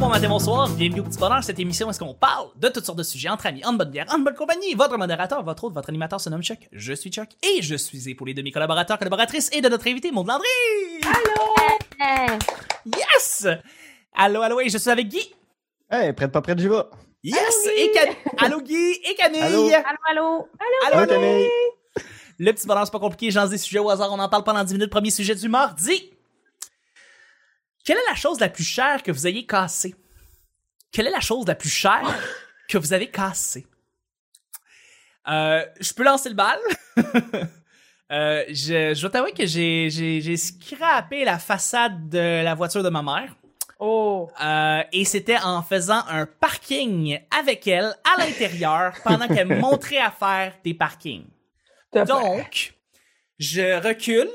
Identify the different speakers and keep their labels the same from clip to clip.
Speaker 1: Bonsoir, bienvenue au Petit Bonheur, cette émission où est-ce qu'on parle de toutes sortes de sujets entre amis, en bonne bière, en bonne compagnie. Votre modérateur, votre hôte, votre animateur se nomme Chuck, je suis Chuck, et je suis épaulé de mes collaborateurs, collaboratrices et de notre invité, Maud Landry! Yes! Allô, allô, et je suis avec Guy!
Speaker 2: Hey, prête pas prête, j'y vais.
Speaker 1: Yes!
Speaker 3: Allô, Guy.
Speaker 1: et Can- allô Guy et Camille!
Speaker 2: Allô.
Speaker 3: Allô, allô?
Speaker 1: Allô,
Speaker 2: Allô, Camille.
Speaker 1: Le petit bonheur, c'est pas compliqué. J'en des sujets au hasard. On en parle pendant 10 minutes. Premier sujet du mardi. Quelle est la chose la plus chère que vous ayez cassée? Quelle est la chose la plus chère que vous avez cassée? Euh, je peux lancer le bal. Euh, je, je vais t'avouer que j'ai, j'ai, j'ai scrappé la façade de la voiture de ma mère.
Speaker 3: Oh!
Speaker 1: Euh, et c'était en faisant un parking avec elle à l'intérieur pendant qu'elle me montrait à faire des parkings. Donc, je recule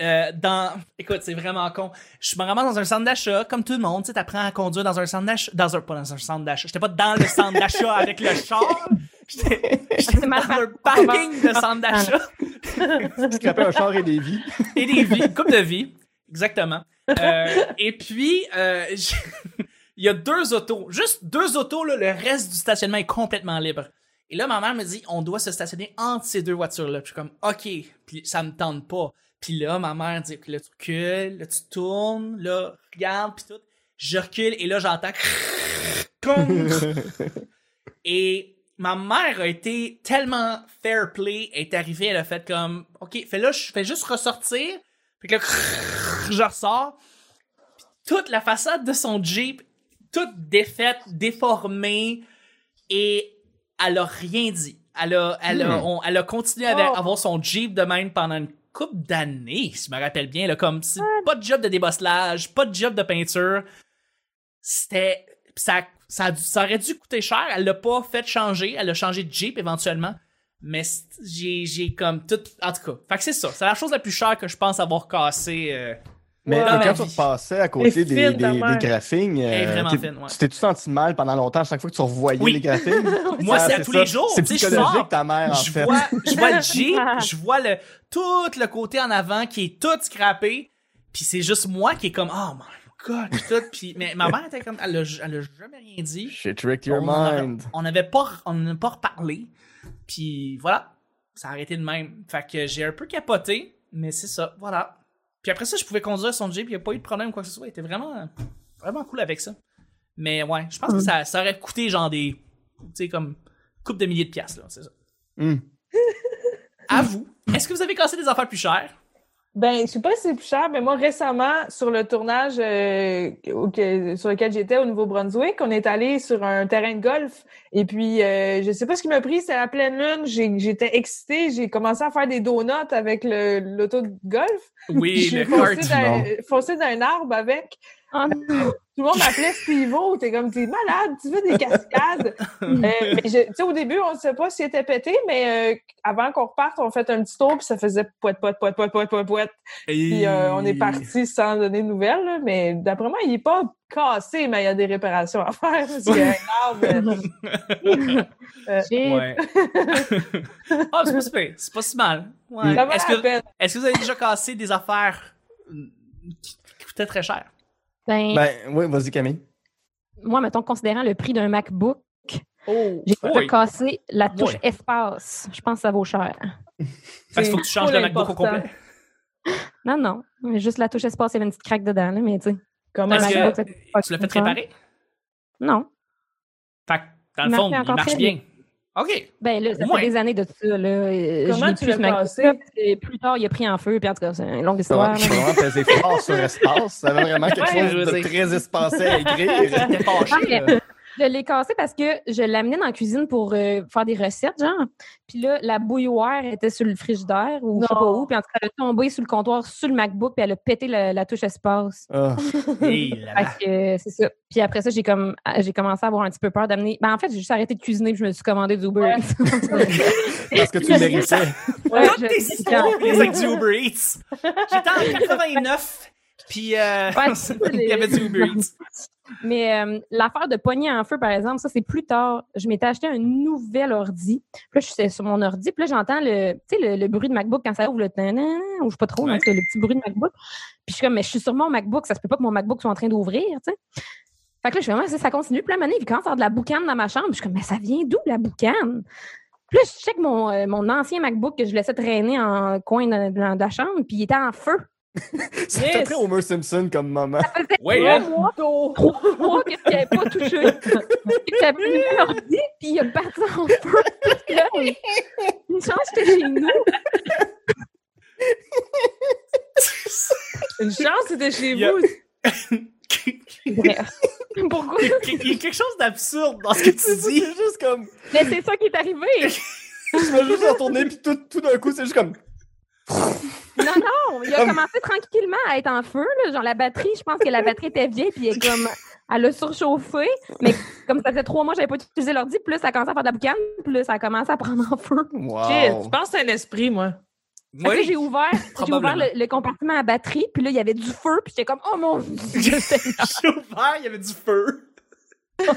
Speaker 1: euh, dans. Écoute, c'est vraiment con. Je me ramasse dans un centre d'achat, comme tout le monde. Tu sais, t'apprends à conduire dans un centre d'achat. Dans un, pas dans un centre d'achat. J'étais pas dans le centre d'achat avec le char. J'étais j'étais dans un parking de centre d'achat
Speaker 2: Scraper un char et des vies.
Speaker 1: et des vies, une coupe de vie, exactement. Euh, et puis, euh, je- il y a deux autos, juste deux autos, là, le reste du stationnement est complètement libre. Et là, ma mère me dit, on doit se stationner entre ces deux voitures-là. Puis je suis comme, OK, puis ça me tente pas. Puis là, ma mère dit, là, tu recules, là, tu tournes, là, regarde, puis tout. Je recule, et là, j'entends... Et ma mère a été tellement fair play, elle est arrivée, elle a fait comme, OK, fais là, je fais juste ressortir, puis que là, je ressors. Puis toute la façade de son Jeep, toute défaite, déformée, et elle a rien dit. Elle a, elle a, on- elle a continué à
Speaker 3: Oh.
Speaker 1: avoir son Jeep de même pendant une couple d'années, si je me rappelle bien. Là, comme, si- pas de job de débosselage, pas de job de peinture. C'était, ça, ça, a dû- ça aurait dû coûter cher. Elle l'a pas fait changer. Elle a changé de Jeep éventuellement. Mais c'est- j'ai, j'ai comme tout. En tout cas, fait que c'est ça. C'est la chose la plus chère que je pense avoir cassée. euh.
Speaker 2: Mais
Speaker 3: Ouais.
Speaker 2: mais
Speaker 1: Dans la
Speaker 2: quand
Speaker 1: vie.
Speaker 2: tu passais à côté
Speaker 3: Elle est
Speaker 2: des,
Speaker 3: fine, ta
Speaker 2: des-
Speaker 3: mère.
Speaker 2: des graphiques,
Speaker 1: Elle est vraiment
Speaker 2: t'es-
Speaker 1: fine, ouais.
Speaker 2: tu t'es-tu senti mal pendant longtemps à chaque fois que tu revoyais
Speaker 1: Oui.
Speaker 2: les graphiques?
Speaker 1: Moi,
Speaker 2: Ça,
Speaker 1: c'est à tous les jours.
Speaker 2: C'est
Speaker 1: Tu sais, je
Speaker 2: psychologique,
Speaker 1: sors,
Speaker 2: ta mère, en
Speaker 1: Je
Speaker 2: fait.
Speaker 1: vois, je vois le Jeep, je vois le, tout le côté en avant qui est tout scrappé. Puis c'est juste moi qui est comme, oh my god, puis tout. Puis, mais ma mère était comme, elle a, elle a jamais rien dit.
Speaker 2: She tricked your
Speaker 1: on en a-
Speaker 2: mind.
Speaker 1: on n'avait pas, on n'a pas reparlé. Puis voilà, ça a arrêté de même. Fait que j'ai un peu capoté, mais c'est ça, voilà. Puis après ça, je pouvais conduire son Jeep, il n'y a pas eu de problème ou quoi que ce soit. Il était vraiment, vraiment cool avec ça. Mais ouais, je pense que ça, ça aurait coûté genre des, tu sais, comme coupe de milliers de piastres, là, c'est ça.
Speaker 2: Hmm.
Speaker 1: À vous, est-ce que vous avez cassé des affaires plus chères?
Speaker 3: Ben, je sais pas si c'est plus cher, mais moi, récemment, sur le tournage euh, au- que- sur lequel j'étais au Nouveau-Brunswick, on est allé sur un terrain de golf. Et puis, euh, je sais pas ce qui m'a pris, c'était la pleine lune. J'ai- J'étais excitée. J'ai commencé à faire des donuts avec le- l'auto de golf.
Speaker 1: Oui, le
Speaker 3: J'ai foncé
Speaker 1: cart.
Speaker 3: d'un-
Speaker 2: du
Speaker 3: foncé d'un arbre avec. Euh, Tout le monde m'appelait Steve-O. T'es comme, t'es malade, tu veux des cascades. Euh, mais je- tu sais, au début, on ne sait pas s'il était pété, mais euh, avant qu'on reparte, on fait un petit tour, puis ça faisait poète, poète, poète, poète, poète, poète, poète. Puis euh, on est parti sans donner de nouvelles, là, mais d'après moi, il n'est pas cassé, mais il y a des réparations à faire. Parce qu'il y a un arbre. euh, euh,
Speaker 1: Ouais. Ah, c'est pas si pire, c'est pas si mal.
Speaker 2: Hmm.
Speaker 1: Ouais.
Speaker 3: ça valait
Speaker 1: Est-ce que-
Speaker 3: la peine.
Speaker 1: Est-ce que vous avez déjà cassé des affaires euh, qui qui coûtaient très cher?
Speaker 4: Ben,
Speaker 2: Ben, oui, vas-y, Camille.
Speaker 4: moi, mettons, considérant le prix d'un MacBook,
Speaker 3: Oh,
Speaker 4: j'ai
Speaker 1: Oui.
Speaker 4: cassé la touche
Speaker 1: Oui.
Speaker 4: espace. Je pense que ça vaut cher.
Speaker 1: Parce
Speaker 3: C'est
Speaker 1: qu'il faut que tu changes
Speaker 3: trop
Speaker 1: le MacBook au
Speaker 3: important.
Speaker 1: complet.
Speaker 4: Non, non. mais Juste la touche espace, il y avait une petite craque dedans, là, mais tu sais.
Speaker 3: comment
Speaker 1: Parce
Speaker 4: Parce
Speaker 3: ça?
Speaker 4: que-
Speaker 1: que
Speaker 4: ça coûte pas
Speaker 1: tu l'as fait
Speaker 4: cher.
Speaker 1: réparer.
Speaker 4: Non.
Speaker 1: Fait que, dans le
Speaker 4: Il
Speaker 1: fond,
Speaker 4: marchait
Speaker 1: il
Speaker 4: encore
Speaker 1: marche
Speaker 4: très
Speaker 1: bien. OK.
Speaker 4: Ben là, ça
Speaker 1: Ouais.
Speaker 4: fait des années de ça. Là. Euh, je
Speaker 3: Comment
Speaker 4: l'ai
Speaker 3: tu
Speaker 4: plus,
Speaker 3: l'as
Speaker 4: ce MacBook,
Speaker 3: cassé?
Speaker 4: là, parce que Plus tard, il a pris en feu, puis en tout cas, c'est une longue
Speaker 2: Ça
Speaker 4: histoire.
Speaker 2: va ça
Speaker 4: là.
Speaker 2: va vraiment peser fort sur espace. Ça va vraiment quelque
Speaker 1: Ouais, je veux
Speaker 2: chose de
Speaker 1: dire.
Speaker 2: très espacé à écrire.
Speaker 1: T'es
Speaker 4: Ah,
Speaker 1: fâché.
Speaker 4: mais
Speaker 1: là.
Speaker 4: Je l'ai cassé parce que je l'amenais dans la cuisine pour euh, faire des recettes, genre. Puis là, la bouilloire était sur le frigidaire ou je sais pas
Speaker 3: Non.
Speaker 4: où. Puis en tout cas, elle est tombée sur le comptoir, sur le MacBook, puis elle a pété la, la touche espace.
Speaker 2: Ah,
Speaker 1: Hey, là, là.
Speaker 4: Fait que, euh, c'est ça. Puis après ça, j'ai comme ah, j'ai commencé à avoir un petit peu peur d'amener. Ben en fait, j'ai juste arrêté de cuisiner puis je me suis commandé du Uber.
Speaker 3: Ouais.
Speaker 4: Eats.
Speaker 2: parce que tu le méritais.
Speaker 3: Ouais,
Speaker 1: Toutes
Speaker 4: je-
Speaker 1: tes
Speaker 4: je-
Speaker 1: histoires, les actes du Uber Eats. J'étais en 89, puis euh,
Speaker 4: Ouais, c'est ça,
Speaker 1: il y avait du Uber Eats.
Speaker 4: Mais euh, l'affaire de pogner en feu, par exemple, ça, c'est plus tard. Je m'étais acheté un nouvel ordi. Puis là, je suis sur mon ordi. Puis là, j'entends le, tu sais, le, le bruit de MacBook quand ça ouvre le tanan, ou je sais pas trop,
Speaker 1: Ouais.
Speaker 4: mais en tout cas, le petit bruit de MacBook. Puis je suis comme, mais je suis sur mon MacBook. Ça se peut pas que mon MacBook soit en train d'ouvrir, tu sais. Fait que là, je fais, ouais, ça, ça continue. Puis là, à un moment donné, il commence à avoir de la boucane dans ma chambre. Puis je suis comme, mais ça vient d'où, la boucane? Puis là, je check mon, euh, mon ancien MacBook que je laissais traîner en coin de, de- de la chambre, puis il était en feu.
Speaker 2: C'est
Speaker 4: Yes.
Speaker 2: très Homer Simpson comme moment.
Speaker 1: Ouais,
Speaker 4: Trois
Speaker 1: hein?
Speaker 4: mois, trois mois que je n'avais pas touché. Il a pris l'ordi, puis il a parti en feu. Puis là, Une chance que j'étais chez nous.
Speaker 3: Une chance, c'était chez
Speaker 1: Il y a-
Speaker 3: vous.
Speaker 4: Bref. Pourquoi?
Speaker 1: Il y a il y a quelque chose d'absurde dans ce que tu dis.
Speaker 2: C'est juste comme.
Speaker 4: Mais c'est ça qui est arrivé.
Speaker 2: Je vais juste retourner, puis tout, tout d'un coup, c'est juste comme.
Speaker 4: Non, non, il a
Speaker 2: Comme-
Speaker 4: commencé tranquillement à être en feu. Là. Genre, la batterie, je pense que la batterie était vieille, puis elle, est comme, elle a surchauffé. Mais comme ça faisait trois mois que j'avais pas utilisé l'ordi, plus ça a commencé à faire de la boucane, plus ça a commencé à prendre en feu.
Speaker 3: Shit,
Speaker 2: Wow.
Speaker 3: Je pense que c'est un esprit, moi.
Speaker 4: Fait que là, j'ai
Speaker 1: Oui.
Speaker 4: ouvert, j'ai ouvert
Speaker 1: Probablement.
Speaker 4: le, le compartiment à batterie, puis là, il y avait du feu, puis j'étais comme, oh mon dieu!
Speaker 1: J'ai ouvert, il y avait du feu. ça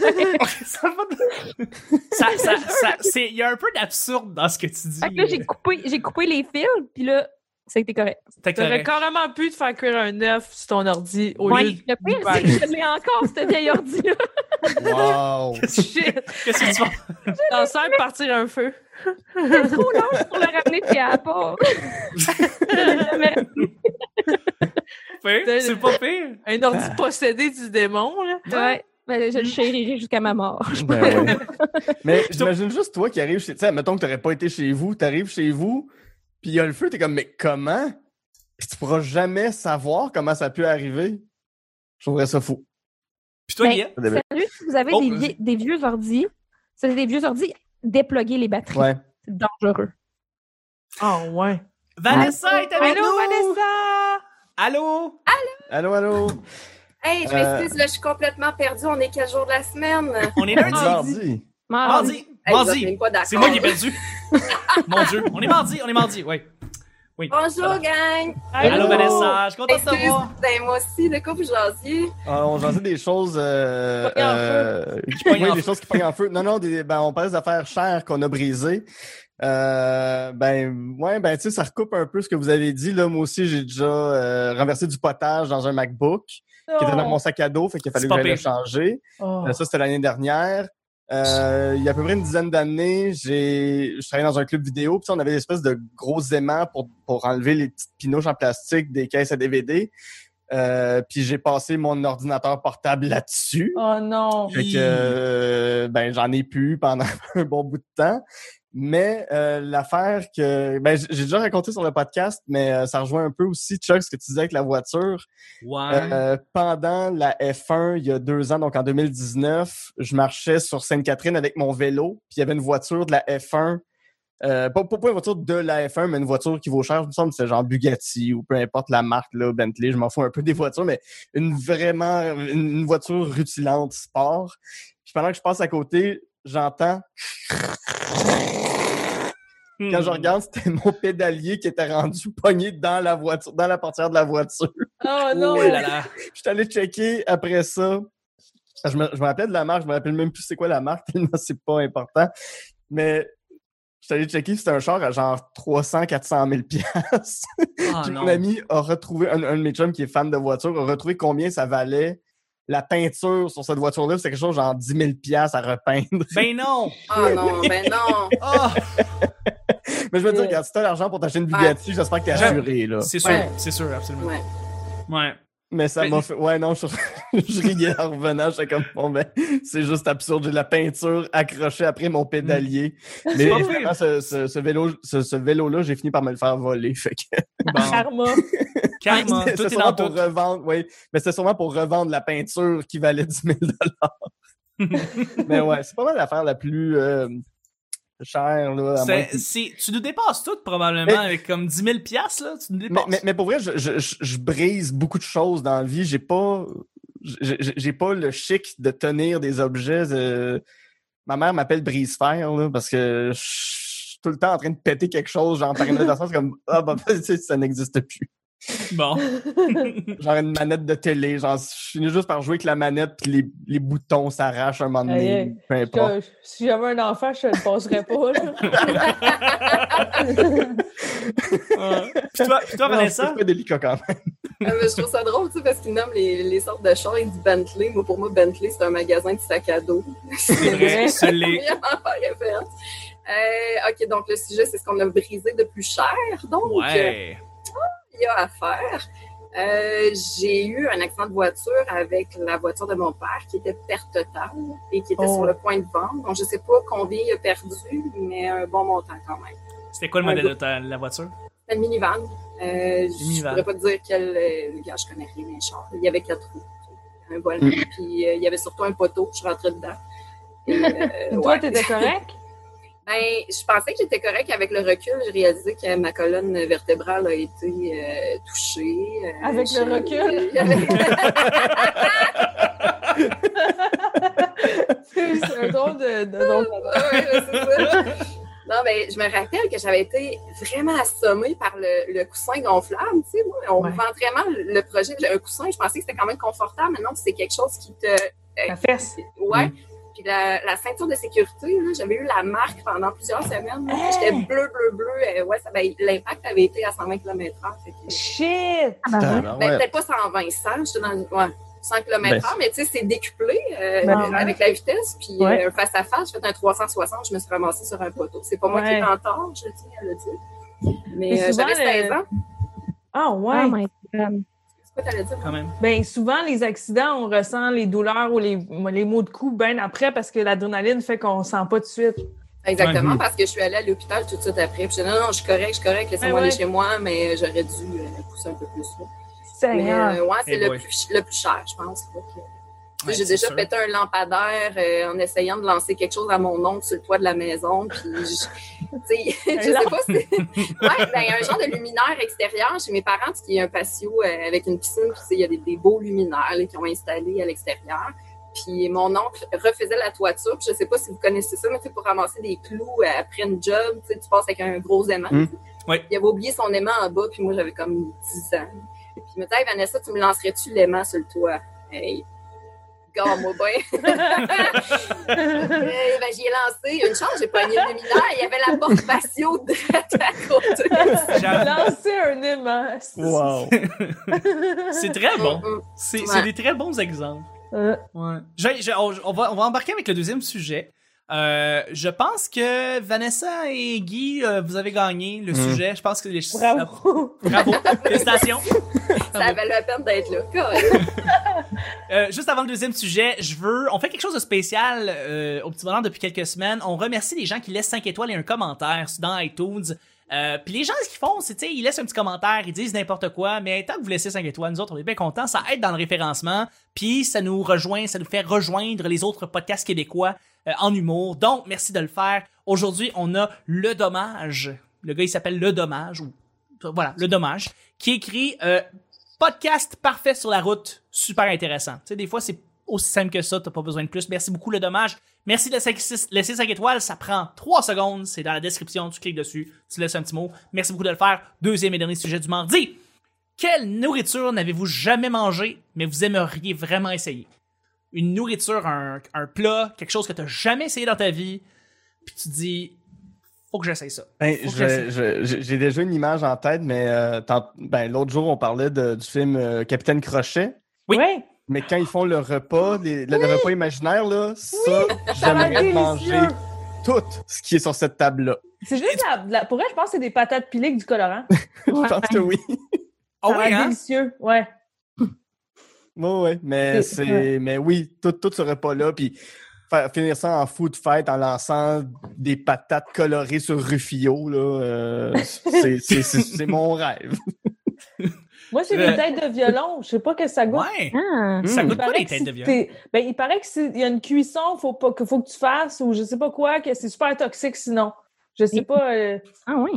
Speaker 1: va de- ça, ça, ça- c'est- Il y a un peu d'absurde dans ce que tu dis. euh,
Speaker 4: Fait que là, j'ai coupé, j'ai coupé les fils, puis là, ça a été correct.
Speaker 1: T'as
Speaker 3: T'aurais
Speaker 1: correct.
Speaker 3: carrément pu te faire cuire un œuf sur ton ordi au
Speaker 4: Ouais,
Speaker 3: lieu de...
Speaker 4: le pire, c'est que je l'ai encore, ce vieil ordi-là.
Speaker 2: Wow.
Speaker 3: Shit!
Speaker 1: Qu'est-ce que tu vas
Speaker 3: T'en sers pour partir un feu.
Speaker 4: C'est trop long pour le ramener de chez Apple. Je l'ai jamais
Speaker 1: faire? C'est pas pire.
Speaker 3: Un ordi possédé du démon, là.
Speaker 4: Ouais, ben, je le chérirai jusqu'à ma mort.
Speaker 2: Ben ouais. Mais j'imagine juste toi qui arrives chez. Tu sais, mettons que t'aurais pas été chez vous, t'arrives chez vous, puis il y a le feu, t'es comme, mais comment? Puis tu pourras jamais savoir comment ça a pu arriver. Je trouverais ça fou.
Speaker 1: Puis toi,
Speaker 4: Ben,
Speaker 1: Guillaume?
Speaker 4: Sérieux, si vous avez
Speaker 1: Oh,
Speaker 4: des,
Speaker 1: vas-y.
Speaker 4: vie- des vieux ordi, c'est des vieux ordi, dépluguez les batteries.
Speaker 2: Ouais.
Speaker 4: C'est dangereux.
Speaker 3: Oh, ouais.
Speaker 1: Vanessa est avec
Speaker 3: Allô,
Speaker 1: nous!
Speaker 3: Vanessa!
Speaker 1: Allô?
Speaker 2: Allô, allô?
Speaker 5: Hey, je
Speaker 2: Euh,
Speaker 5: m'excuse, là, je suis complètement perdue. On est quel jour de la semaine?
Speaker 1: On est
Speaker 2: On est
Speaker 1: lundi!
Speaker 2: mardi.
Speaker 4: Mardi.
Speaker 1: Mardi!
Speaker 5: Hey, vous êtes
Speaker 1: Mardi!
Speaker 5: même pas d'accord.
Speaker 1: C'est moi qui ai perdu! Mon Dieu! On est mardi! On est mardi! Oui.
Speaker 5: Bonjour, gang!
Speaker 1: Allô, Vanessa! Je suis contente de te
Speaker 5: Excuse,
Speaker 1: voir!
Speaker 5: ben, moi aussi, le couple jasier.
Speaker 2: Ah, on jasait des choses. Euh,
Speaker 3: Qui pognent en feu.
Speaker 2: euh, qui
Speaker 1: pognent
Speaker 2: oui,
Speaker 1: en
Speaker 2: des
Speaker 1: feu.
Speaker 2: choses qui pognent en feu. Non, non, des, ben, on parle d'affaires chères qu'on a brisées. Euh, ben, ouais, ben, tu sais, ça recoupe un peu ce que vous avez dit. Là, moi aussi, j'ai déjà euh, renversé du potage dans un MacBook qui était dans mon sac à dos, fait qu'il a fallu
Speaker 1: C'est
Speaker 2: que
Speaker 1: pas
Speaker 2: j'aille le
Speaker 1: pire.
Speaker 2: changer.
Speaker 3: Oh.
Speaker 2: Euh, Ça, c'était l'année dernière. Euh, il y a à peu près une dizaine d'années, j'ai, je travaillais dans un club vidéo, puis on avait des espèces de gros aimants pour, pour enlever les petites pinouches en plastique des caisses à DVD. Euh, puis j'ai passé mon ordinateur portable là-dessus.
Speaker 3: Oh, non.
Speaker 2: Fait que, euh, ben, j'en ai plus pendant un bon bout de temps. Mais euh, l'affaire que, ben, j'ai j'ai déjà raconté sur le podcast, mais euh, ça rejoint un peu aussi, Chuck, ce que tu disais avec la voiture.
Speaker 1: Ouais.
Speaker 2: Euh, pendant la F1, il y a deux ans, donc en 2019, je marchais sur Sainte-Catherine avec mon vélo, puis il y avait une voiture de la F1. euh, pas, pas- pas une voiture de la F1, mais une voiture qui vaut cher, il me semble, c'est genre Bugatti ou peu importe la marque, là, Bentley, je m'en fous un peu des voitures, mais une vraiment, une, une voiture rutilante sport. Puis pendant que je passe à côté, j'entends, quand
Speaker 1: Hmm.
Speaker 2: je regarde, c'était mon pédalier qui était rendu pogné dans la voiture, dans la portière de la voiture.
Speaker 3: Oh, non.
Speaker 1: Oh là là!
Speaker 2: Je suis allé checker après ça. Je me, je me rappelais de la marque, je me rappelle même plus c'est quoi la marque, tellement c'est pas important. Mais je suis allé checker, c'était un char à genre 300, 400 000 piastres.
Speaker 1: Ah
Speaker 2: Puis
Speaker 1: non!
Speaker 2: mon ami a retrouvé, un, un de mes chums qui est fan de voiture, a retrouvé combien ça valait la peinture sur cette voiture-là. C'était quelque chose genre 10 000 piastres à repeindre.
Speaker 1: Ben non!
Speaker 5: Oh non, ben non!
Speaker 1: Ah!
Speaker 2: Mais je veux dire,
Speaker 1: euh,
Speaker 2: regarde, si t'as l'argent pour t'acheter une
Speaker 1: ben,
Speaker 2: Bugatti, j'espère que t'es
Speaker 1: J'aime-
Speaker 2: assuré, là.
Speaker 1: C'est sûr,
Speaker 5: Ouais.
Speaker 1: c'est sûr, absolument.
Speaker 5: Ouais.
Speaker 1: Ouais.
Speaker 2: Mais ça
Speaker 1: Mais-
Speaker 2: m'a fait. Ouais, non, je, je riais en revenant. J'étais comme, bon, ben, c'est juste absurde. J'ai de la peinture accrochée après mon pédalier. Mais
Speaker 1: Mm. pas pire.
Speaker 2: évidemment, ce, ce, ce vélo, ce, ce vélo-là, j'ai fini par me le faire voler. Fait que
Speaker 1: Bon.
Speaker 3: Karma.
Speaker 1: Karma,
Speaker 2: c'est-
Speaker 1: tout
Speaker 2: c'est
Speaker 1: est
Speaker 2: sûrement
Speaker 1: dans
Speaker 2: pour euh,
Speaker 1: tout.
Speaker 2: revendre. Oui, mais c'est sûrement pour revendre la peinture qui valait 10 000 Mais ouais, c'est pas mal l'affaire la plus euh, chère, là. À moins
Speaker 1: C'est-
Speaker 2: que-
Speaker 1: c'est- tu nous dépasses tout probablement
Speaker 2: Mais-
Speaker 1: avec comme 10 000 piastres, là. Tu nous
Speaker 2: Mais,
Speaker 1: dépasses.
Speaker 2: mais- mais pour vrai, je, je- je- je brise beaucoup de choses dans la vie. J'ai pas, j'ai- j'ai j'ai pas le chic de tenir des objets. euh, Ma mère m'appelle brise-fer là, parce que je suis tout le temps en train de péter quelque chose, genre par une autre façon, c'est comme ah bah ça n'existe plus.
Speaker 1: Bon.
Speaker 2: genre une manette de télé. Genre, je finis juste par jouer avec la manette, puis les, les boutons s'arrachent un moment donné.
Speaker 3: Aïe, aïe.
Speaker 2: Peu importe.
Speaker 3: Que- si j'avais un enfant, je ne le passerais pas. là.
Speaker 1: Puis toi, puis toi
Speaker 2: Non, C'est
Speaker 1: Vanessa?
Speaker 2: pas délicat quand même.
Speaker 5: Euh, mais je trouve ça drôle, tu sais, parce qu'ils nomment les, les sortes de chars et du Bentley. Moi, pour moi, Bentley, c'est un magasin de sacs à dos.
Speaker 1: C'est vrai, ce
Speaker 5: J'ai
Speaker 1: l'est.
Speaker 5: vraiment pas référence. Euh, OK, donc le sujet, c'est ce qu'on a brisé de plus cher. Donc, euh,
Speaker 1: Ouais.
Speaker 5: il y a à faire. Euh, j'ai eu un accident de voiture avec la voiture de mon père qui était perte totale et qui était
Speaker 3: Oh.
Speaker 5: sur le point de vendre. Donc, je sais pas combien il a perdu, mais un bon montant quand même.
Speaker 1: C'était quoi le modèle de ta- la voiture?
Speaker 5: C'était une minivan. Euh, je
Speaker 1: minivan.
Speaker 5: pourrais pas te dire quel... euh, gars, je connais rien, mais char. Il y avait quatre roues. Un vol.
Speaker 2: Mm.
Speaker 5: Puis, euh, il y avait surtout un poteau. Je rentrais dedans. Et, euh,
Speaker 3: Toi,
Speaker 5: ouais.
Speaker 3: t'étais correct?
Speaker 5: Ben, je pensais que j'étais correcte avec le recul. J'ai réalisé que ma colonne vertébrale a été euh, touchée. Euh,
Speaker 3: Avec le
Speaker 5: j'ai-
Speaker 3: recul? C'est un drôle de. de- drôle de-
Speaker 5: Ouais, ouais, c'est ça. Non, mais je me rappelle que j'avais été vraiment assommée par le, le coussin gonflable. Tu sais, moi, on
Speaker 3: Ouais.
Speaker 5: vend vraiment le projet. Un coussin, je pensais que c'était quand même confortable. Maintenant, c'est quelque chose qui te.
Speaker 3: La fesse.
Speaker 5: Ouais.
Speaker 3: Mm.
Speaker 5: Puis la, la ceinture de sécurité, là, j'avais eu la marque pendant plusieurs semaines. là. J'étais bleu, bleu, bleu. Euh, ouais, ça- ben, l'impact avait été à 120 km/h. fait que-
Speaker 3: Shit!
Speaker 4: Ah, bah, ouais.
Speaker 5: Ben,
Speaker 2: ouais.
Speaker 5: Peut-être pas 120, 100, j'étais dans ouais, 100 km/h,
Speaker 2: Ben,
Speaker 5: mais tu sais, c'est décuplé euh,
Speaker 3: Ben, ouais.
Speaker 5: avec la vitesse. Puis
Speaker 3: Ouais.
Speaker 5: euh, face à face, j'ai fait un 360, je me suis ramassée sur un poteau. C'est pas moi qui
Speaker 3: Ouais.
Speaker 5: ai en tort, je tiens à le dire. Mais
Speaker 3: Mais
Speaker 5: euh,
Speaker 3: souvent,
Speaker 5: j'avais 16
Speaker 3: le-
Speaker 5: ans.
Speaker 3: Ah, ouais!
Speaker 4: Oh my God.
Speaker 5: C'est quoi t'allais dire?
Speaker 1: Quand même.
Speaker 3: Ben, souvent, les accidents, on ressent les douleurs ou les, les maux de cou bien après parce que l'adrénaline fait qu'on sent pas de suite.
Speaker 5: Exactement,
Speaker 2: Ouais.
Speaker 5: parce que je suis allée à l'hôpital tout de suite après. Puis j'ai dit, non, non, je suis correcte, je suis correcte, laissez-moi
Speaker 3: Ouais,
Speaker 5: aller
Speaker 3: ouais.
Speaker 5: chez moi, mais j'aurais dû euh, pousser un peu plus. là.
Speaker 3: C'est
Speaker 5: Mais
Speaker 3: grave.
Speaker 5: euh, ouais,
Speaker 1: Eh
Speaker 5: c'est le
Speaker 1: boy.
Speaker 5: plus, le plus cher, je pense. là, que-
Speaker 1: Ouais,
Speaker 5: j'ai
Speaker 1: c'est
Speaker 5: déjà
Speaker 1: sûr.
Speaker 5: pété un lampadaire euh, en essayant de lancer quelque chose à mon oncle sur le toit de la maison. Puis, je, tu sais, je sais
Speaker 3: lampe-
Speaker 5: pas si. Ouais, ben, un genre de luminaire extérieur chez mes parents, parce qu'il y a un patio euh, avec une piscine, puis tu sais, il y a des, des beaux luminaires là, qui ont installés à l'extérieur. Puis mon oncle refaisait la toiture. Puis je sais pas si vous connaissez ça, mais tu sais, pour ramasser des clous euh, après une job, tu sais, tu passes avec un gros aimant.
Speaker 2: Mm.
Speaker 1: Ouais.
Speaker 5: Il avait oublié son aimant en bas, puis moi j'avais comme 10 ans. Puis il me disait, Hey, Vanessa, tu me lancerais-tu l'aimant sur le toit? Hey, ben, garde-moi bien. Euh, ben, j'y ai lancé une chance, j'ai pogné le luminaire. Il y avait la porte patio de à côté.
Speaker 1: J'avoue.
Speaker 3: Lancer un aimant.
Speaker 2: Wow.
Speaker 1: C'est très bon.
Speaker 5: Mm, mm.
Speaker 1: C'est
Speaker 5: Ouais.
Speaker 1: c'est des très bons exemples.
Speaker 3: Euh,
Speaker 1: Ouais. Je- je- on, on va, on va embarquer avec le deuxième sujet. Euh, je pense que Vanessa et Guy, euh, vous avez gagné le
Speaker 2: Mm.
Speaker 1: sujet. Je pense que les
Speaker 3: bravo!
Speaker 1: Bravo. Félicitations.
Speaker 5: Ça valait la peine d'être là. carrément.
Speaker 1: Euh, juste avant le deuxième sujet, je veux. On fait quelque chose de spécial euh, au petit bonheur depuis quelques semaines. On remercie les gens qui laissent 5 étoiles et un commentaire dans iTunes. Euh, Puis les gens, ce qu'ils font, c'est, tu sais, ils laissent un petit commentaire, ils disent n'importe quoi, mais tant que vous laissez 5 étoiles, nous autres, on est bien contents, ça aide dans le référencement, puis ça nous rejoint, ça nous fait rejoindre les autres podcasts québécois euh, en humour. Donc, merci de le faire. Aujourd'hui, on a Le Dommage. Le gars, il s'appelle Le Dommage, ou voilà, Le Dommage, qui écrit euh, Podcast parfait sur la route, super intéressant. Tu sais, des fois, c'est aussi simple que ça, t'as pas besoin de plus. Merci beaucoup, le dommage. Merci de laisser laisser 5 étoiles, ça prend 3 secondes, c'est dans la description, tu cliques dessus, tu laisses un petit mot. Merci beaucoup de le faire. Deuxième et dernier sujet du mardi. Quelle nourriture n'avez-vous jamais mangé, mais vous aimeriez vraiment essayer? Une nourriture, un, un plat, quelque chose que t'as jamais essayé dans ta vie, puis tu dis, faut que j'essaye ça.
Speaker 2: Ben,
Speaker 1: Faut que
Speaker 2: je-
Speaker 1: j'essaie.
Speaker 2: je- J'ai j'ai déjà une image en tête, mais euh, tant- ben, l'autre jour, on parlait de- du film euh, Capitaine Crochet.
Speaker 1: Oui.
Speaker 3: Ouais.
Speaker 2: Mais quand ils font le repas, les- le, le repas imaginaire, là, ça,
Speaker 3: Ça va être
Speaker 2: j'aimerais manger
Speaker 3: délicieux.
Speaker 2: tout ce qui est sur cette table-là.
Speaker 3: C'est juste la, la- pour elle, je pense que c'est des patates pilées avec du colorant.
Speaker 4: Ouais.
Speaker 2: Je pense que oui.
Speaker 1: Ah
Speaker 3: ça va
Speaker 1: ouais,
Speaker 3: être
Speaker 1: hein?
Speaker 3: délicieux. Ouais.
Speaker 2: Oui, oui, mais
Speaker 3: C'est-
Speaker 2: c'est. Mais oui, tout, tout ce repas-là, puis faire- finir ça en food fight en lançant des patates colorées sur Ruffio, là, euh, c'est- c'est c'est- c'est mon rêve.
Speaker 3: Moi, c'est
Speaker 1: Euh,
Speaker 3: des têtes de violon. Je sais pas que ça goûte.
Speaker 1: Ouais!
Speaker 4: Ah.
Speaker 1: Ça
Speaker 2: Mm.
Speaker 1: goûte pas
Speaker 3: paraît
Speaker 1: les
Speaker 3: que
Speaker 1: têtes
Speaker 3: si
Speaker 1: de viande.
Speaker 3: t'es- ben, il paraît qu'il y a une cuisson faut pas, que, faut que tu fasses ou je sais pas quoi, que c'est super toxique sinon. Je sais pas. euh,
Speaker 4: Ah oui.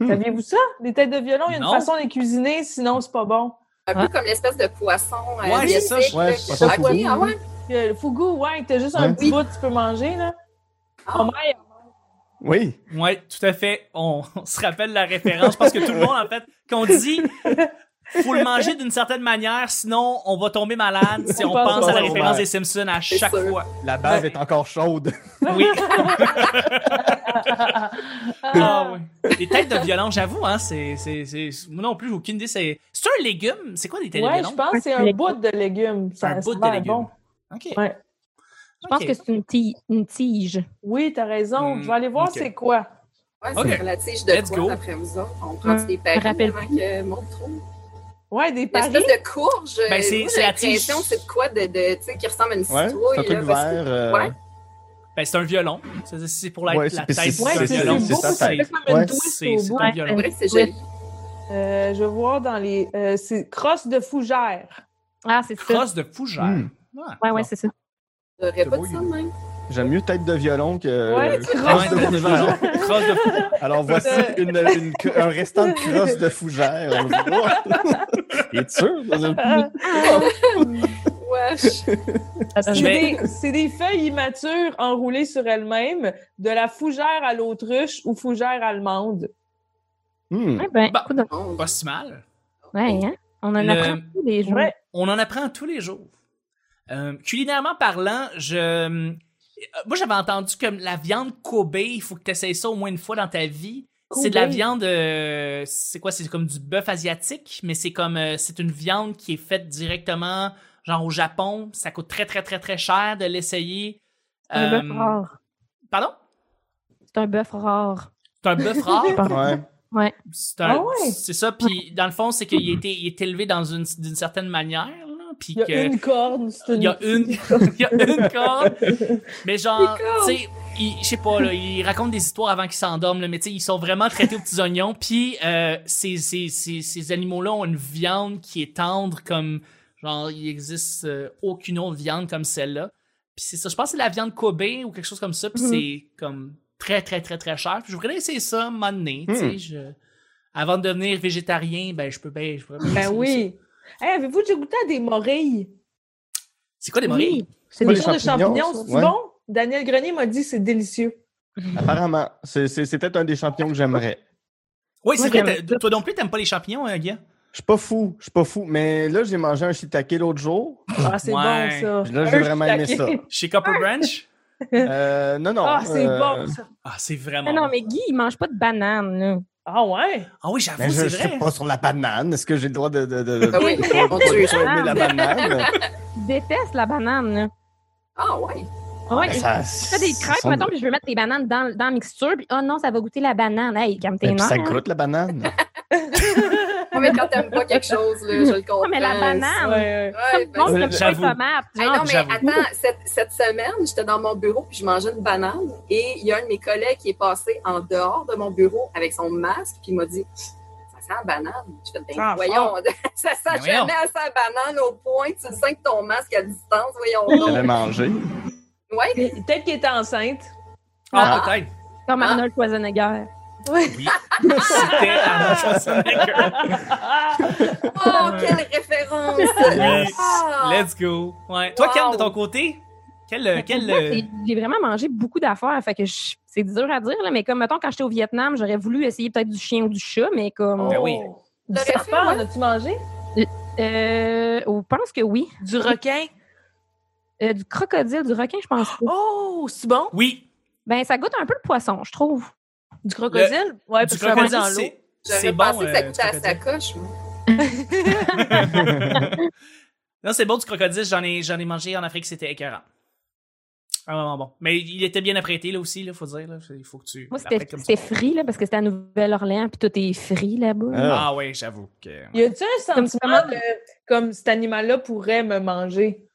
Speaker 2: Hmm.
Speaker 3: Saviez-vous ça? Les têtes de violon, il y a une
Speaker 1: Non.
Speaker 3: façon de les cuisiner, sinon c'est pas bon.
Speaker 5: Un
Speaker 4: Ah.
Speaker 5: peu comme l'espèce de poisson. euh,
Speaker 1: Ouais,
Speaker 5: asiatique,
Speaker 1: c'est ça,
Speaker 5: là,
Speaker 2: ouais,
Speaker 5: qui-
Speaker 2: poisson
Speaker 5: Ah,
Speaker 2: fou.
Speaker 5: oui, ah ouais?
Speaker 3: Puis, euh, le fougou, ouais, t'as juste un
Speaker 2: Ouais.
Speaker 3: petit bout, tu peux manger, là.
Speaker 5: Ah.
Speaker 3: Ma mère,
Speaker 2: Oui.
Speaker 1: Ouais, tout à fait. On, on se rappelle la référence. Je pense que tout le monde, en fait, qu'on dit faut le manger d'une certaine manière, sinon on va tomber malade si
Speaker 3: On
Speaker 1: on
Speaker 3: pense
Speaker 1: pense à la
Speaker 2: au
Speaker 1: référence
Speaker 2: vert.
Speaker 1: des Simpsons à chaque
Speaker 5: sûr.
Speaker 1: fois.
Speaker 2: La bave est encore chaude.
Speaker 1: Oui. Ah
Speaker 3: Euh,
Speaker 1: oui. Les têtes de violon, j'avoue, hein, c'est, c'est, c'est- Moi non plus, j'ai aucune idée. C'est, c'est un légume? C'est quoi des têtes de
Speaker 3: Ouais,
Speaker 1: violon?
Speaker 3: je pense que c'est un
Speaker 4: Les-
Speaker 3: bout de légumes. Ça,
Speaker 1: un
Speaker 3: ça
Speaker 1: bout
Speaker 3: a
Speaker 1: de
Speaker 3: l'air
Speaker 1: légume.
Speaker 3: bon.
Speaker 1: OK.
Speaker 3: Ouais.
Speaker 4: Je pense que c'est une, ti- une tige.
Speaker 3: Oui, t'as raison.
Speaker 1: Hmm,
Speaker 3: Je vais aller voir
Speaker 1: ok.
Speaker 3: c'est quoi.
Speaker 5: Ouais,
Speaker 1: Ok.
Speaker 5: c'est la tige de
Speaker 1: Let's
Speaker 5: quoi
Speaker 1: go.
Speaker 5: après vous autres? On prend
Speaker 4: Ouais.
Speaker 5: des paris
Speaker 4: Rappelle
Speaker 5: avant que monte trop.
Speaker 3: Ouais, des
Speaker 5: Une
Speaker 3: paris.
Speaker 5: espèce de courge.
Speaker 1: Ben, c'est-
Speaker 5: moi,
Speaker 1: c'est
Speaker 5: j'ai
Speaker 1: la
Speaker 5: l'impression
Speaker 1: tige.
Speaker 5: que c'est de quoi de, de, tu sais, qui ressemble à une
Speaker 2: Ouais,
Speaker 5: citrouille.
Speaker 2: c'est un
Speaker 5: là,
Speaker 2: truc
Speaker 5: parce que-
Speaker 2: vert. euh,
Speaker 5: Ouais.
Speaker 1: Ben, c'est un violon. C'est, c'est pour la,
Speaker 2: Ouais,
Speaker 1: la
Speaker 2: c'est-
Speaker 1: tête
Speaker 2: c'est-
Speaker 3: Ouais,
Speaker 1: d'un
Speaker 3: c'est
Speaker 2: c'est-
Speaker 1: violon.
Speaker 3: c'est beau.
Speaker 2: c'est sa
Speaker 3: C'est
Speaker 2: tête.
Speaker 3: comme une
Speaker 2: Ouais.
Speaker 3: douce
Speaker 1: C'est-
Speaker 3: au
Speaker 1: c'est
Speaker 3: bout.
Speaker 1: un
Speaker 4: Ouais.
Speaker 5: C'est
Speaker 1: violon.
Speaker 5: vrai que c'est joli.
Speaker 3: Euh, je vais voir dans les. euh, c'est crosse de fougère.
Speaker 4: Ah, c'est ça.
Speaker 1: Crosse de fougère.
Speaker 2: Hmm.
Speaker 1: Ah,
Speaker 4: Ouais, ouais,
Speaker 1: bon.
Speaker 4: c'est ça.
Speaker 5: J'aurais
Speaker 2: C'est
Speaker 5: pas
Speaker 2: beau,
Speaker 5: dit ça de
Speaker 2: il-
Speaker 5: même.
Speaker 2: J'aime mieux tête de violon que
Speaker 3: Ouais,
Speaker 2: que
Speaker 3: tu
Speaker 2: crosse de
Speaker 1: Ah, Ouais,
Speaker 2: fougère.
Speaker 1: Crosse de fougère.
Speaker 2: Alors voici
Speaker 3: Euh.
Speaker 2: une, une- un restant de crosse de fougère. On le voit. Il est sûr?
Speaker 3: Ah,
Speaker 5: Ouais, je-
Speaker 3: c'est,
Speaker 1: Je vais-
Speaker 3: des, c'est des feuilles immatures enroulées sur elles-mêmes, de la fougère à l'autruche ou fougère allemande.
Speaker 2: Hmm.
Speaker 4: Ouais, ben,
Speaker 1: Bah.
Speaker 4: écoute, donc,
Speaker 5: bon,
Speaker 1: Pas si mal.
Speaker 4: ouais, hein? On en
Speaker 1: Le-
Speaker 4: apprend tous les jours.
Speaker 3: Ouais.
Speaker 1: on en apprend tous les jours. Euh, culinairement parlant, je euh, moi j'avais entendu que la viande Kobe, il faut que tu essayes ça au moins une fois dans ta vie. C'est de la
Speaker 3: Kobe.
Speaker 1: viande euh, c'est quoi c'est comme du bœuf asiatique, mais c'est comme euh, c'est une viande qui est faite directement genre au Japon, ça coûte très très très très cher de l'essayer.
Speaker 4: C'est un
Speaker 1: Euh,
Speaker 4: bœuf rare.
Speaker 1: pardon
Speaker 4: C'est un bœuf rare.
Speaker 1: C'est un bœuf rare.
Speaker 2: Ouais.
Speaker 1: C'est un-
Speaker 3: Ah ouais?
Speaker 1: c'est ça puis dans le fond, c'est qu'il a été il est élevé dans une d'une certaine manière là, puis
Speaker 3: Il y a
Speaker 1: que-
Speaker 3: une corne. C'est une...
Speaker 1: Il y a une, il y a une corde. Mais genre,
Speaker 5: Des cordes.
Speaker 1: tu sais, il- je sais pas, là, ils racontent des histoires avant qu'ils s'endorment, là, mais tu sais, ils sont vraiment traités aux petits oignons. Puis euh, ces, ces, ces, ces animaux-là ont une viande qui est tendre comme, genre, il existe euh, aucune autre viande comme celle-là. Puis c'est ça, je pense que c'est la viande Kobe ou quelque chose comme ça. Puis
Speaker 3: Mm-hmm.
Speaker 4: Mhm.
Speaker 1: c'est comme très, très, très, très cher. Puis je voudrais essayer ça un moment donné, tu sais.
Speaker 2: Mhm.
Speaker 1: je- Avant de devenir végétarien, ben je peux bien... je pourrais bien
Speaker 3: Ben
Speaker 1: essayer ça.
Speaker 3: oui. Hey, avez-vous déjà goûté à des morilles?
Speaker 1: C'est quoi les
Speaker 4: Oui.
Speaker 1: morilles?
Speaker 4: C'est
Speaker 2: Ouais,
Speaker 4: des
Speaker 2: les
Speaker 3: Des sortes de
Speaker 2: champignons,
Speaker 3: champignons. C'est
Speaker 2: ouais.
Speaker 3: bon? Daniel Grenier m'a dit que c'est délicieux.
Speaker 2: Apparemment, c'est c'est- c'est peut-être un des champignons que j'aimerais.
Speaker 1: Oui, c'est
Speaker 4: Moi,
Speaker 1: vrai.
Speaker 4: j'aime
Speaker 1: t'as- Toi non plus, t'aimes pas les champignons, hein, Guy?
Speaker 2: Je suis pas fou, je suis pas fou, mais là j'ai mangé un shiitake l'autre jour.
Speaker 3: Ah, c'est
Speaker 1: Ouais.
Speaker 3: bon, ça.
Speaker 2: Puis Là j'ai
Speaker 3: Un
Speaker 2: vraiment aimé ça.
Speaker 3: shiitake.
Speaker 1: Chez Copper Branch?
Speaker 2: Euh, non non.
Speaker 3: Ah, c'est
Speaker 2: euh,
Speaker 3: bon, ça.
Speaker 1: Ah, c'est
Speaker 4: Ah
Speaker 1: vraiment.
Speaker 4: non,
Speaker 1: bon.
Speaker 4: mais Guy, il mange pas de banane, là.
Speaker 3: Ah, ouais.
Speaker 1: Ah oui,
Speaker 2: Mais
Speaker 1: j'avoue,
Speaker 2: Ben, je,
Speaker 1: c'est
Speaker 2: je sais
Speaker 1: vrai.
Speaker 2: pas sur la banane. Est-ce que j'ai le droit de de de, de,
Speaker 5: Ah oui, mon Dieu.
Speaker 2: de aimer la banane
Speaker 4: Il déteste la banane, là.
Speaker 5: Ah ouais.
Speaker 4: Ouais,
Speaker 2: Ben,
Speaker 4: je
Speaker 2: ça,
Speaker 4: fais des crêpes,
Speaker 2: ça-
Speaker 4: mettons, puis je veux mettre des bananes dans, dans la mixture, puis oh non, ça va goûter la banane. Hey, calme tes
Speaker 2: Ben, puis
Speaker 4: nerfs.
Speaker 2: ça goûte la banane.
Speaker 5: Ouais, mais quand t'aimes pas quelque chose, là, je le comprends.
Speaker 4: Ouais, mais la banane.
Speaker 3: Ah, Ouais,
Speaker 5: c'est-
Speaker 3: ouais.
Speaker 5: Ouais,
Speaker 4: Comme
Speaker 5: ben,
Speaker 4: bon,
Speaker 1: Ouais,
Speaker 4: comme pas les
Speaker 1: j'avoue.
Speaker 4: tomates.
Speaker 5: Hey,
Speaker 4: genre.
Speaker 5: non, mais
Speaker 1: Ah, j'avoue.
Speaker 5: attends, cette, cette semaine, j'étais dans mon bureau puis je mangeais une banane et il y a un de mes collègues qui est passé en dehors de mon bureau avec son masque puis il m'a dit Ça sent la banane. Je fais ben,
Speaker 1: Ah,
Speaker 5: voyons, ça sent
Speaker 1: Ben, voyons.
Speaker 5: jamais à sa banane au point, que tu le sens que ton masque à distance, voyons
Speaker 2: J'avais
Speaker 5: donc.
Speaker 2: mangé.
Speaker 5: Ouais,
Speaker 3: Mais Peut-être qu'elle est enceinte.
Speaker 1: Ah, peut-être.
Speaker 4: Comme
Speaker 5: Ah.
Speaker 4: Arnold Schwarzenegger.
Speaker 1: Oui. C'était Arnold Schwarzenegger.
Speaker 3: Ah,
Speaker 5: oh, quelle référence!
Speaker 1: Yes.
Speaker 5: Ah.
Speaker 1: Let's go. Ouais. Toi,
Speaker 5: Wow.
Speaker 1: Ken, de ton côté, quel. euh,
Speaker 4: Mais
Speaker 1: quel
Speaker 4: pour moi,
Speaker 1: euh,
Speaker 4: c'est- J'ai vraiment mangé beaucoup d'affaires, fait que je- c'est dur à dire, là, mais comme, mettons, quand j'étais au Vietnam, j'aurais voulu essayer peut-être du chien ou du chat, mais comme...
Speaker 1: Ben oui.
Speaker 3: Oh.
Speaker 4: du
Speaker 5: J'aurais
Speaker 4: serpent,
Speaker 5: fait,
Speaker 3: Serpent, en as-tu mangé?
Speaker 4: euh, on pense que oui.
Speaker 3: Du requin.
Speaker 4: Euh, du crocodile, du requin, je pense pas.
Speaker 3: Oh, c'est bon.
Speaker 1: Oui.
Speaker 4: Ben, ça goûte un peu le poisson, je trouve.
Speaker 3: Du crocodile? Oui, parce
Speaker 1: du
Speaker 3: que ça va
Speaker 1: crocodile,
Speaker 3: dans l'eau.
Speaker 1: c'est. C'est
Speaker 5: J'aurais
Speaker 1: bon.
Speaker 5: pensé que ça
Speaker 1: euh,
Speaker 5: coûtait à
Speaker 1: du
Speaker 5: sa
Speaker 1: crocodile.
Speaker 5: coche. moi.
Speaker 1: Non, c'est bon du crocodile. J'en ai, j'en ai mangé en Afrique, c'était écœurant. Ah, vraiment bon. Mais il était bien apprêté, là aussi, là, faut dire. Là. Il faut que tu.
Speaker 4: Moi,
Speaker 1: l'apprêtes
Speaker 4: c'était
Speaker 1: comme
Speaker 4: c'était
Speaker 1: ça.
Speaker 4: free, là, parce que c'était à Nouvelle-Orléans, puis tout est free là-bas.
Speaker 2: Ah.
Speaker 1: Ah, ouais, j'avoue. que-
Speaker 3: Y a-tu un
Speaker 4: Comme
Speaker 3: sentiment
Speaker 4: ça.
Speaker 3: de comme cet animal-là pourrait me manger?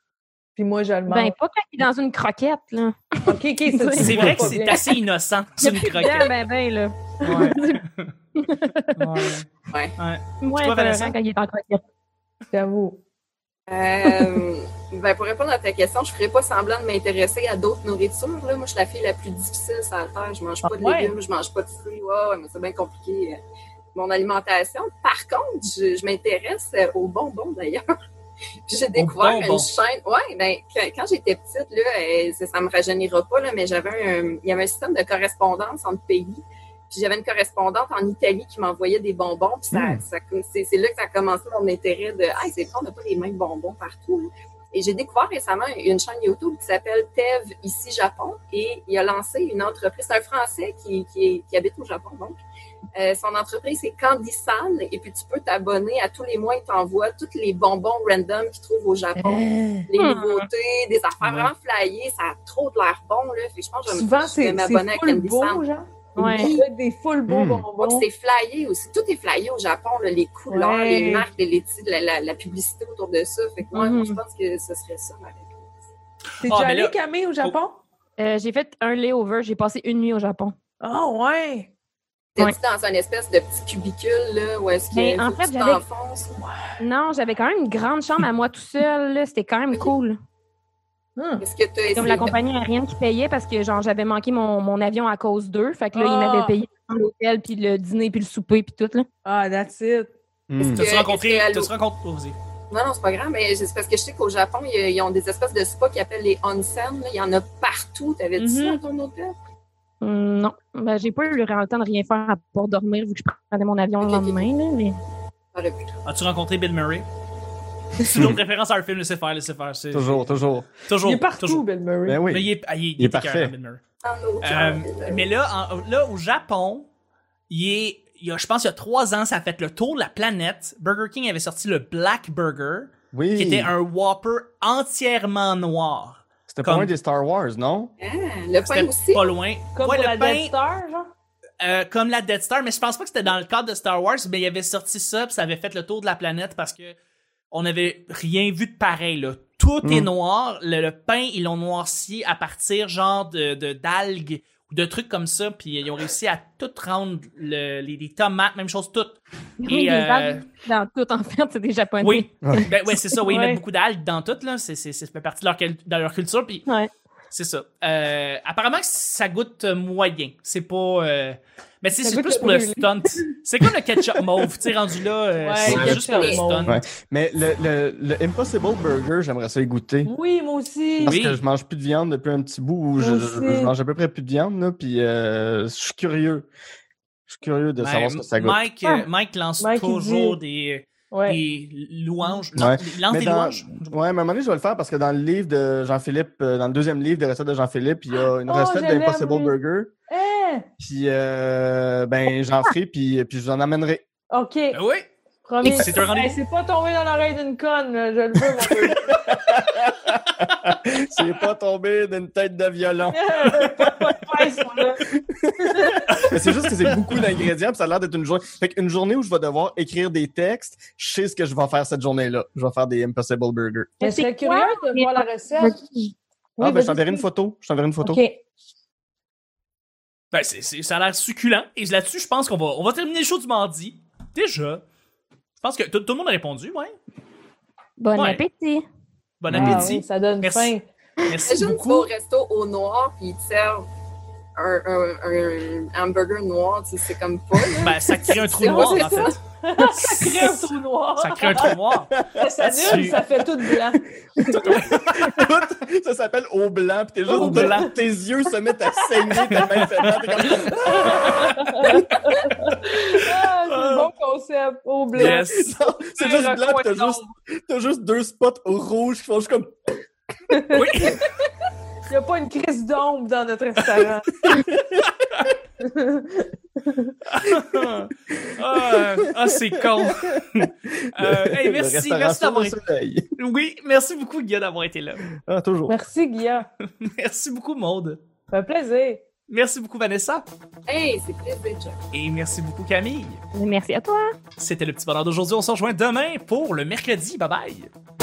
Speaker 3: Puis moi, je le
Speaker 5: Ah.
Speaker 4: Ben,
Speaker 3: mange.
Speaker 4: pas quand il est dans une croquette, là.
Speaker 3: OK, OK, ça, tu
Speaker 1: C'est
Speaker 3: vois
Speaker 1: vrai que
Speaker 3: pas
Speaker 1: c'est
Speaker 3: bien.
Speaker 1: assez innocent,
Speaker 4: Il y a
Speaker 1: une
Speaker 4: plus de dents,
Speaker 1: croquette.
Speaker 4: ben, ben, là.
Speaker 1: Ouais. Ouais.
Speaker 4: Moins
Speaker 1: Toi, Vanessa?
Speaker 4: intéressant quand il est en croquette.
Speaker 3: J'avoue.
Speaker 5: Euh, ben, pour répondre à ta question, je ferais pas semblant de m'intéresser à d'autres nourritures. Là. Moi, je suis la fille la plus difficile sur la terre. Je mange pas de
Speaker 3: Ah, ouais?
Speaker 5: légumes, je mange pas de fruits. Ouais, ouais, mais c'est bien compliqué, euh, mon alimentation. Par contre, je, je m'intéresse euh, aux bonbons, d'ailleurs. Puis j'ai découvert
Speaker 1: bonbons.
Speaker 5: une chaîne. Ouais, ben, quand, quand j'étais petite, là, euh, ça, ça me rajeunira pas, là, mais j'avais un, il y avait un système de correspondance entre pays. Puis j'avais une correspondante en Italie qui m'envoyait des bonbons. Puis ça,
Speaker 3: Hmm.
Speaker 2: Mm.
Speaker 5: ça- c'est c'est là que ça a commencé mon intérêt de Ah, c'est vrai, on n'a pas les mêmes bonbons partout. hein. Et j'ai découvert récemment une chaîne YouTube qui s'appelle Tev Ici Japon. Et il a lancé une entreprise. C'est un Français qui, qui, qui habite au Japon, donc. Euh, son entreprise, c'est Candysan. Et puis, tu peux t'abonner à tous les mois. Il t'envoie tous les bonbons random qu'il trouve au Japon.
Speaker 3: Eh. Euh,
Speaker 5: Les
Speaker 4: Hmm.
Speaker 5: nouveautés, des affaires vraiment flyées. Ça a trop de l'air bon, là. Fait que je pense que je vais-
Speaker 3: Souvent,
Speaker 5: je vais
Speaker 3: c'est
Speaker 5: m'abonner
Speaker 3: c'est
Speaker 5: à
Speaker 3: full
Speaker 5: Candysan.
Speaker 3: beau, genre.
Speaker 4: Ouais.
Speaker 3: Il y a des full beaux
Speaker 2: Mm.
Speaker 1: Hmm.
Speaker 3: bonbons.
Speaker 5: Oh, C'est flyé aussi. Tout est flyé au Japon, là, les couleurs,
Speaker 3: Ouais.
Speaker 5: les marques, les laitiers, la, la- la publicité autour de ça. Fait que moi,
Speaker 4: Mhm.
Speaker 5: je pense que ce serait ça, ma réponse.
Speaker 3: T'es
Speaker 1: Ah,
Speaker 3: déjà
Speaker 1: mais là-
Speaker 3: allé, Camille, au Japon?
Speaker 4: Euh, j'ai fait un layover, j'ai passé une nuit au Japon.
Speaker 3: Ah, ouais!
Speaker 5: T'es-tu
Speaker 4: Ouais.
Speaker 5: dans un espèce de petit cubicule, là, où est-ce
Speaker 4: Ben,
Speaker 5: que
Speaker 4: en
Speaker 5: faut que
Speaker 4: fait,
Speaker 5: tu
Speaker 4: j'avais-
Speaker 5: t'enfonces?
Speaker 4: Non, j'avais quand même une grande chambre à moi tout seul. là. C'était quand même cool.
Speaker 3: Hum.
Speaker 5: Est-ce que t'as
Speaker 4: Comme
Speaker 5: essayé
Speaker 4: la compagnie aérienne qui payait parce que genre j'avais manqué mon, mon avion à cause d'eux. Fait que là, ils
Speaker 3: Ah.
Speaker 4: m'avaient payé l'hôtel, puis le dîner, puis le souper, puis tout. Là.
Speaker 3: Ah, that's it.
Speaker 2: Hmm.
Speaker 5: que-
Speaker 1: T'as-tu rencontré.
Speaker 5: est-ce que-
Speaker 1: T'as-tu rencontré. oh, vas-y.
Speaker 5: Non, non, c'est pas grave, mais c'est parce que je sais qu'au Japon, il y a- ils ont des espèces de spas qu'ils appellent les onsen. là. Il y en a partout. T'avais dit ça
Speaker 4: Mm-hmm.
Speaker 3: Mhm.
Speaker 5: à ton hôtel?
Speaker 4: Hum, non, ben, j'ai pas eu le temps de rien faire à part dormir vu que je prenais mon avion
Speaker 5: Ok,
Speaker 4: le
Speaker 5: ok, ok.
Speaker 4: lendemain. là, mais...
Speaker 5: J'aurais pu.
Speaker 1: As-tu rencontré Bill Murray? C'est une autre référence à un film, laissez faire, laissez faire. c'est-
Speaker 2: Hmm. Toujours, toujours.
Speaker 1: Toujours.
Speaker 3: il est partout,
Speaker 1: toujours.
Speaker 3: Bill Murray.
Speaker 2: Ben oui.
Speaker 1: Mais il est, ah, il est-
Speaker 2: Il est
Speaker 1: écœurant,
Speaker 2: parfait.
Speaker 1: Bill Murray.
Speaker 5: Ah, non,
Speaker 1: Euh,
Speaker 5: j'aurais-
Speaker 1: mais là, en- là, au Japon, il est, il y a, je pense, il y a trois ans, ça a fait le tour de la planète. Burger King avait sorti le Black Burger,
Speaker 2: Oui.
Speaker 1: qui était un Whopper entièrement noir.
Speaker 2: C'était pas
Speaker 1: comme-
Speaker 2: un des Star Wars, non?
Speaker 5: Ah, le pain aussi?
Speaker 1: C'était pas loin.
Speaker 3: Comme
Speaker 1: Ouais,
Speaker 3: pour
Speaker 1: le
Speaker 3: la
Speaker 1: pain,
Speaker 3: Death Star, genre.
Speaker 1: euh, comme la Death Star, mais je pense pas que c'était dans le cadre de Star Wars, mais il avait sorti ça, puis ça avait fait le tour de la planète parce que on n'avait rien vu de pareil, là. Tout est
Speaker 2: Mm.
Speaker 1: noir. Le, le pain, ils l'ont noirci à partir, genre, de, de- d'algues ou de trucs comme ça, puis ils ont réussi à tout rendre, le- les, les tomates, même chose, tout.
Speaker 4: Oui,
Speaker 1: Et,
Speaker 4: des
Speaker 1: euh,
Speaker 4: algues dans tout, en fait, c'est des Japonais.
Speaker 1: Oui, ben ouais, c'est ça, oui, ils
Speaker 3: Ouais.
Speaker 1: mettent beaucoup d'algues dans tout, là. C'est, c'est, c'est- ça fait partie de leur, cul- de leur culture, puis
Speaker 4: Ouais.
Speaker 1: c'est ça. Euh, apparemment, que ça goûte moyen. C'est pas. euh, Mais c'est
Speaker 3: Ça
Speaker 1: c'est
Speaker 3: goûte
Speaker 1: plus
Speaker 3: le
Speaker 1: pour le
Speaker 3: brûlé.
Speaker 1: stunt. C'est comme le ketchup mauve, tu sais, rendu là. euh,
Speaker 3: Ouais,
Speaker 1: c'est
Speaker 2: le
Speaker 1: juste pour le
Speaker 3: ketchup
Speaker 1: stunt.
Speaker 3: mauve.
Speaker 2: Ouais. Mais le, le, le Impossible Burger, j'aimerais ça y goûter.
Speaker 3: Oui, moi aussi.
Speaker 2: Parce
Speaker 1: Oui.
Speaker 2: que je mange plus de viande depuis un petit bout. Ou je,
Speaker 3: Moi
Speaker 2: je-
Speaker 3: aussi.
Speaker 2: je mange à peu près plus de viande, là, puis euh, je suis curieux. Je suis curieux
Speaker 1: Ben,
Speaker 2: de savoir ce que ça goûte.
Speaker 1: Mike, euh, Mike lance
Speaker 3: Ah. Mike, il
Speaker 1: toujours des,
Speaker 3: Ouais.
Speaker 1: des louanges. Non,
Speaker 2: Ouais.
Speaker 1: Il lance
Speaker 2: Mais
Speaker 1: des
Speaker 2: dans-
Speaker 1: louanges.
Speaker 2: Ouais, mais à un moment donné, je vais le faire parce que dans le livre de Jean-Philippe, euh, dans le deuxième livre des recettes de Jean-Philippe, il y a une
Speaker 3: Oh,
Speaker 2: recette
Speaker 3: je l'aime,
Speaker 2: d'Impossible
Speaker 3: lui.
Speaker 2: Burger.
Speaker 3: Hein?
Speaker 2: Puis, euh, ben, j'en ferai, puis, puis je vous en amènerai.
Speaker 3: OK,
Speaker 1: Ben oui.
Speaker 3: promis.
Speaker 1: C'est un rendez-vous.
Speaker 3: Hey, c'est pas tombé dans l'oreille d'une conne, là. je le veux, mon Burger.
Speaker 2: C'est pas tombé d'une tête de violon.
Speaker 3: Ouais, c'est là.
Speaker 2: Mais c'est juste que c'est beaucoup d'ingrédients, puis ça a l'air d'être une journée. Fait qu'une journée où je vais devoir écrire des textes, je sais ce que je vais faire cette journée-là. Je vais faire des Impossible Burger.
Speaker 3: Mais je
Speaker 4: c'est
Speaker 3: serais
Speaker 4: quoi?
Speaker 3: curieuse de voir la recette.
Speaker 2: ah, ben,
Speaker 3: vas-y.
Speaker 2: je t'enverrai une photo. Je t'enverrai une photo.
Speaker 3: OK.
Speaker 1: Ben, c'est- c'est- ça a l'air succulent. Et là-dessus, je pense qu'on va, on va terminer le show du mardi. Déjà. Je pense que tout tout le monde a répondu, ouais.
Speaker 4: Bon
Speaker 1: Ouais.
Speaker 4: appétit.
Speaker 1: Bon
Speaker 3: Ah,
Speaker 1: appétit.
Speaker 3: oui, ça donne
Speaker 1: Merci.
Speaker 3: faim.
Speaker 1: Merci
Speaker 5: Imagine, tu vas au
Speaker 1: beaucoup.
Speaker 5: resto au noir, puis ils te servent un, un- un hamburger noir, tu sais, c'est comme pas. là.
Speaker 1: Ben, ça crée un trou
Speaker 5: C'est-
Speaker 1: noir,
Speaker 5: c'est
Speaker 1: en fait.
Speaker 3: Ça crée un trou noir.
Speaker 1: Ça crée un trou noir.
Speaker 3: Ça s'annule,
Speaker 1: Là-dessus.
Speaker 3: ça fait tout blanc.
Speaker 2: Tout- ça s'appelle au blanc, puis t'es juste
Speaker 1: Au blanc.
Speaker 2: Tes yeux se mettent à saigner tellement il fait mal, t'es comme-
Speaker 3: Ah, c'est un bon concept, au blanc.
Speaker 1: Yes.
Speaker 2: Non, C'est juste
Speaker 3: Un
Speaker 2: blanc,
Speaker 3: recoin
Speaker 2: puis t'as juste,
Speaker 3: d'ombre.
Speaker 2: t'as juste deux spots rouges qui font juste comme.
Speaker 1: Oui.
Speaker 3: Il n'y a pas une crise d'ombre dans notre restaurant.
Speaker 1: Ah, ah, c'est con. Euh, hey,
Speaker 2: Le
Speaker 1: merci,
Speaker 2: restaurant
Speaker 1: merci
Speaker 2: sort au
Speaker 1: d'avoir été.
Speaker 2: soleil.
Speaker 1: Oui, merci beaucoup, Guillaume, d'avoir été là.
Speaker 2: Ah, toujours.
Speaker 3: Merci, Guillaume.
Speaker 1: Merci beaucoup, Maude.
Speaker 3: Ça fait plaisir.
Speaker 1: Merci beaucoup, Vanessa.
Speaker 5: Hey, c'est plaisir, Chuck.
Speaker 1: Et merci beaucoup, Camille.
Speaker 4: Merci à toi.
Speaker 1: C'était le petit bonheur d'aujourd'hui. On se rejoint demain pour le mercredi. Bye bye.